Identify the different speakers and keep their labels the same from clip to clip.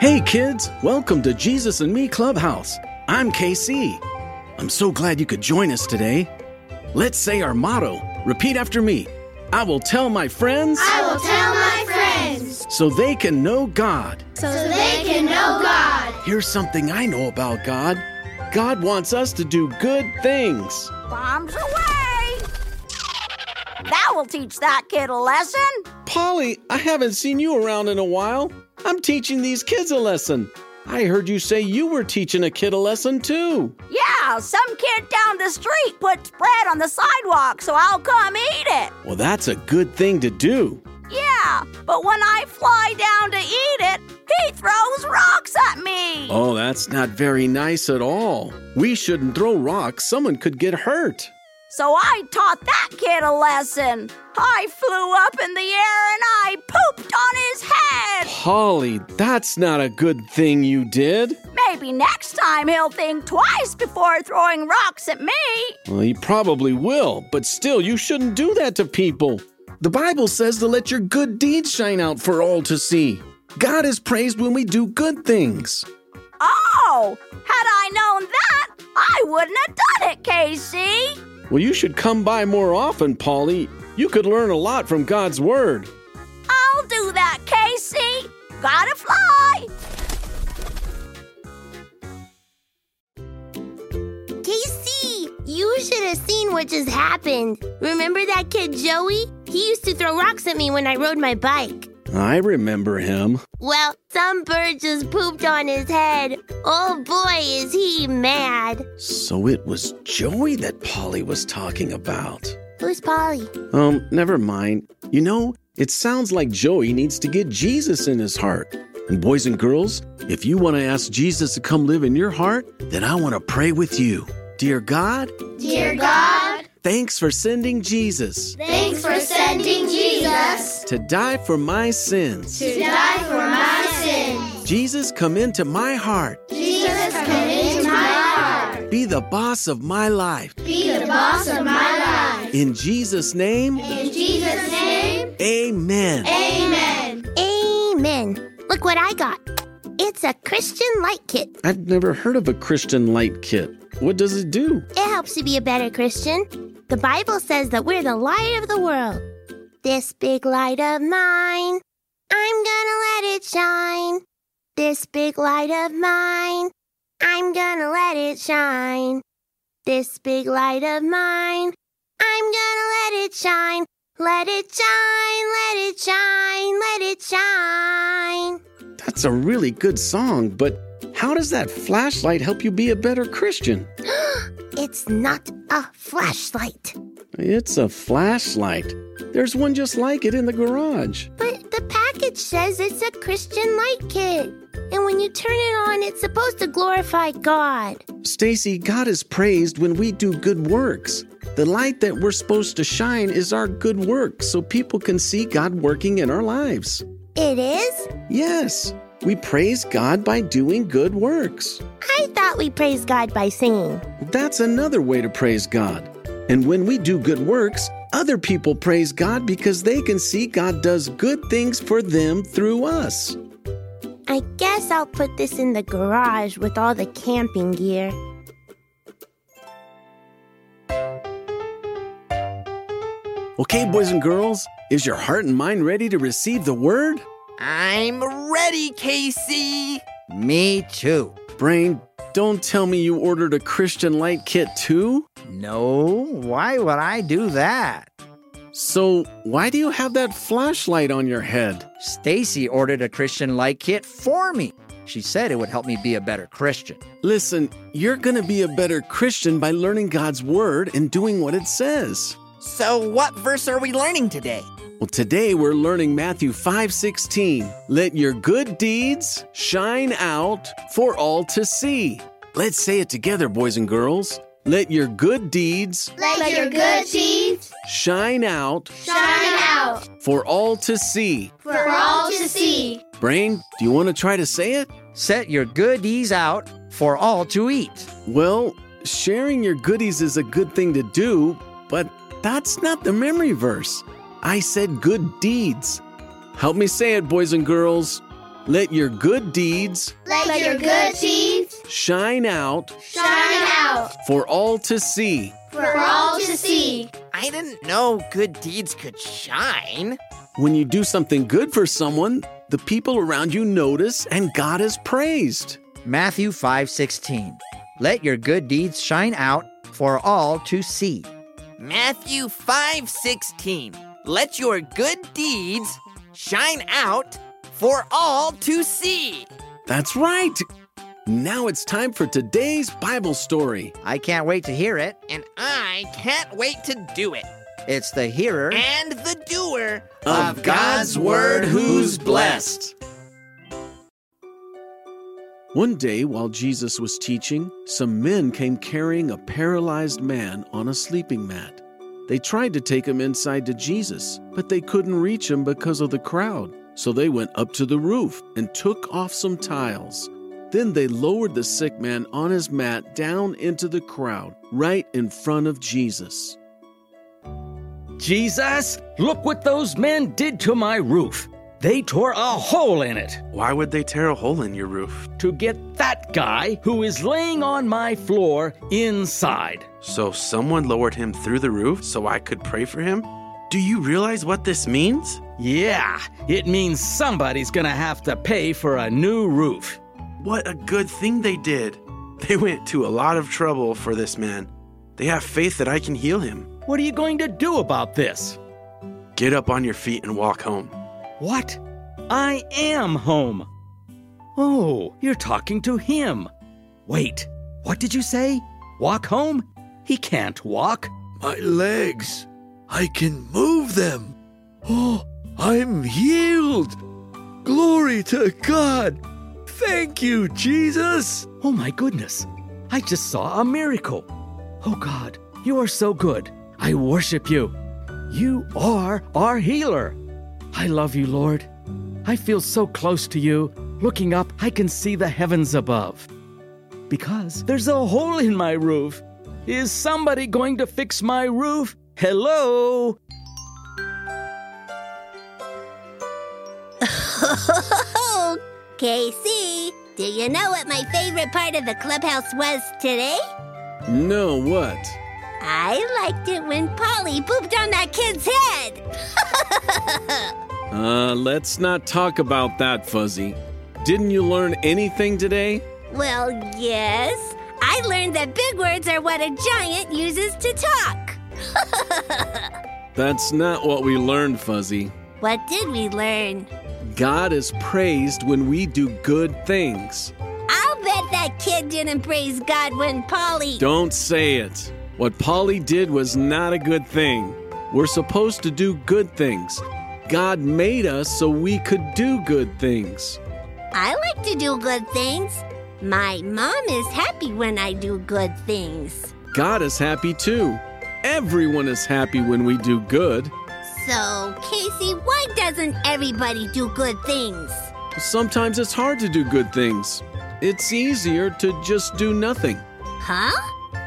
Speaker 1: Hey kids, welcome to Jesus and Me Clubhouse. I'm KC. I'm so glad you could join us today. Let's say our motto. Repeat after me. I will tell my friends
Speaker 2: I will tell my friends
Speaker 1: so they can know God.
Speaker 2: so they can know God.
Speaker 1: Here's something I know about God God wants us to do good things.
Speaker 3: Bombs away! That will teach that kid a lesson.
Speaker 1: Polly, I haven't seen you around in a while. I'm teaching these kids a lesson. I heard you say you were teaching a kid a lesson too.
Speaker 3: Yeah, some kid down the street puts bread on the sidewalk, so I'll come eat it.
Speaker 1: Well, that's a good thing to do.
Speaker 3: Yeah, but when I fly down to eat it, he throws rocks at me.
Speaker 1: Oh, that's not very nice at all. We shouldn't throw rocks, someone could get hurt.
Speaker 3: So I taught that kid a lesson. I flew up in the air and I pooped on his head.
Speaker 1: Polly, that's not a good thing you did.
Speaker 3: Maybe next time he'll think twice before throwing rocks at me.
Speaker 1: Well, you probably will, but still, you shouldn't do that to people. The Bible says to let your good deeds shine out for all to see. God is praised when we do good things.
Speaker 3: Oh, had I known that, I wouldn't have done it, Casey.
Speaker 1: Well, you should come by more often, Polly. You could learn a lot from God's Word.
Speaker 3: I'll do that, Casey. Gotta fly.
Speaker 2: KC, you should have seen what just happened. Remember that kid Joey? He used to throw rocks at me when I rode my bike.
Speaker 1: I remember him.
Speaker 2: Well, some bird just pooped on his head. Oh boy, is he mad.
Speaker 1: So it was Joey that Polly was talking about.
Speaker 2: Who's Polly?
Speaker 1: Um, never mind. You know, it sounds like Joey needs to get Jesus in his heart. And boys and girls, if you want to ask Jesus to come live in your heart, then I want to pray with you. Dear God,
Speaker 2: Dear God,
Speaker 1: thanks for sending Jesus
Speaker 2: thanks for sending Jesus
Speaker 1: to die for my sins.
Speaker 2: to die for my sins.
Speaker 1: Jesus, come into my heart.
Speaker 2: Jesus, come into my heart.
Speaker 1: Be the boss of my life.
Speaker 2: Be the boss of my life.
Speaker 1: In Jesus' name,
Speaker 2: In Jesus' name,
Speaker 1: amen.
Speaker 2: amen. Amen. Look what I got. It's a Christian light kit.
Speaker 1: I've never heard of a Christian light kit. What does it do?
Speaker 2: It helps you be a better Christian. The Bible says that we're the light of the world. This big light of mine, I'm gonna let it shine. This big light of mine, I'm gonna let it shine. This big light of mine, I'm gonna let it shine. Let it shine, let it shine, let it shine.
Speaker 1: That's a really good song, but how does that flashlight help you be a better Christian?
Speaker 2: It's not a flashlight,
Speaker 1: It's a flashlight. There's one just like it in the garage.
Speaker 2: But the package says it's a Christian light kit. And when you turn it on, it's supposed to glorify God.
Speaker 1: Stacy, God is praised when we do good works. The light that we're supposed to shine is our good works so people can see God working in our lives.
Speaker 2: It is?
Speaker 1: Yes, we praise God by doing good works.
Speaker 2: I thought we praise God by singing.
Speaker 1: That's another way to praise God. And when we do good works, other people praise God because they can see God does good things for them through us.
Speaker 2: I guess I'll put this in the garage with all the camping gear.
Speaker 1: Okay, boys and girls, is your heart and mind ready to receive the word?
Speaker 4: I'm ready, Casey. Me too.
Speaker 1: Brain, don't tell me you ordered a Christian light kit too?
Speaker 4: No, why would I do that?
Speaker 1: So, why do you have that flashlight on your head?
Speaker 4: Stacy ordered a Christian light kit for me. She said it would help me be a better Christian.
Speaker 1: Listen, you're going to be a better Christian by learning God's word and doing what it says.
Speaker 5: So, what verse are we learning today?
Speaker 1: Well, today we're learning Matthew 5:16. Let your good deeds shine out for all to see. Let's say it together, boys and girls. Let your good deeds
Speaker 2: Let your good deeds
Speaker 1: shine out
Speaker 2: shine out
Speaker 1: for all to see.
Speaker 2: for all to see.
Speaker 1: Brain, do you want to try to say it?
Speaker 4: Set your goodies out for all to eat.
Speaker 1: Well, sharing your goodies is a good thing to do, but that's not the memory verse. I said good deeds. Help me say it, boys and girls. Let your good deeds
Speaker 2: Let, your good deeds
Speaker 1: shine out
Speaker 2: shine out
Speaker 1: for all to see.
Speaker 2: for all to see.
Speaker 5: I didn't know good deeds could shine.
Speaker 1: When you do something good for someone, the people around you notice and God is praised.
Speaker 4: Matthew 5:16. Let your good deeds shine out for all to see.
Speaker 5: Matthew 5:16. Let your good deeds shine out for all to see.
Speaker 1: That's right. Now it's time for today's Bible story.
Speaker 4: I can't wait to hear it.
Speaker 5: And I can't wait to do it.
Speaker 4: It's the hearer.
Speaker 5: And the doer
Speaker 1: One day, while Jesus was teaching, some men came carrying a paralyzed man on a sleeping mat. They tried to take him inside to Jesus, but they couldn't reach him because of the crowd. So they went up to the roof and took off some tiles. Then they lowered the sick man on his mat down into the crowd, right in front of Jesus.
Speaker 6: Jesus, look what those men did to my roof. They tore a hole in it
Speaker 7: Why would they tear a hole in your roof?
Speaker 6: to get that guy who is laying on my floor inside.
Speaker 7: So someone lowered him through the roof so I could pray for him? Do you realize what this means?
Speaker 6: Yeah, it means somebody's gonna have to pay for a new roof.
Speaker 7: What a good thing they did. They went to a lot of trouble for this man. They have faith that I can heal him.
Speaker 6: What are you going to do about this?
Speaker 7: Get up on your feet and walk home.
Speaker 6: What? I am home. Oh, you're talking to him. Wait, what did you say? Walk home? He can't walk.
Speaker 8: My legs. I can move them. Oh, I'm healed. Glory to God. Thank you, Jesus.
Speaker 6: Oh my goodness, I just saw a miracle. Oh God, you are so good. I worship you. You are our healer. I love you, Lord. I feel so close to you. Looking up, I can see the heavens above. Because there's a hole in my roof. Is somebody going to fix my roof? Hello?
Speaker 2: KC, do you know what my favorite part of the clubhouse was today?
Speaker 1: No, what?
Speaker 2: I liked it when Polly pooped on that kid's head.
Speaker 1: Uh, let's not talk about that, Fuzzy. Didn't you learn anything today?
Speaker 2: well, yes. I learned that big words are what a giant uses to talk.
Speaker 1: That's not what we learned, Fuzzy.
Speaker 2: What did we learn?
Speaker 1: God is praised when we do good things.
Speaker 2: I'll bet that kid didn't praise God when Polly.
Speaker 1: Don't say it. What Polly did was not a good thing. We're supposed to do good things. God made us so we could do good things.
Speaker 2: I like to do good things. My mom is happy when I do good things.
Speaker 1: God is happy too. Everyone is happy when we do good.
Speaker 2: So, Casey, why doesn't everybody do good things?
Speaker 1: Sometimes it's hard to do good things. It's easier to just do nothing.
Speaker 2: Huh?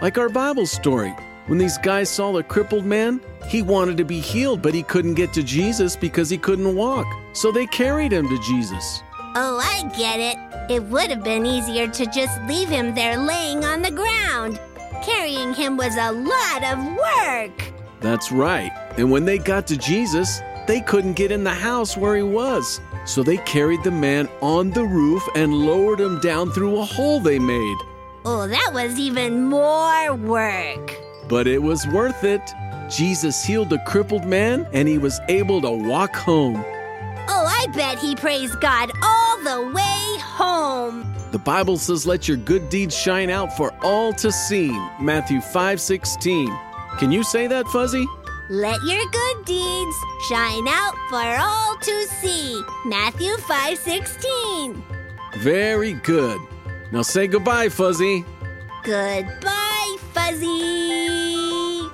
Speaker 1: Like our Bible story. When these guys saw the crippled man, he wanted to be healed, but he couldn't get to Jesus because he couldn't walk. So they carried him to Jesus.
Speaker 2: Oh, I get it. It would have been easier to just leave him there laying on the ground. Carrying him was a lot of work.
Speaker 1: That's right. And when they got to Jesus, they couldn't get in the house where he was. So they carried the man on the roof and lowered him down through a hole they made.
Speaker 2: Oh, that was even more work.
Speaker 1: But it was worth it. Jesus healed the crippled man and he was able to walk home.
Speaker 2: Oh, I bet he praised God all the way home.
Speaker 1: The Bible says, "Let your good deeds shine out for all to see." Matthew 5:16. Can you say that, Fuzzy?
Speaker 2: Let your good deeds shine out for all to see. Matthew 5:16.
Speaker 1: Very good. Now say goodbye, Fuzzy.
Speaker 2: Goodbye, Fuzzy.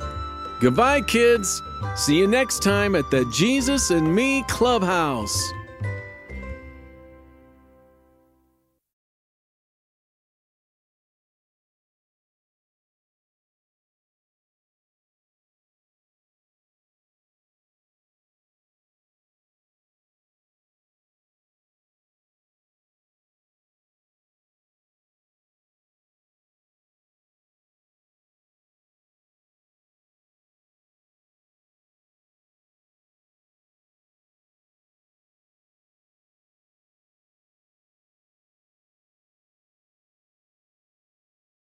Speaker 1: Goodbye, kids. See you next time at the Jesus and Me Clubhouse.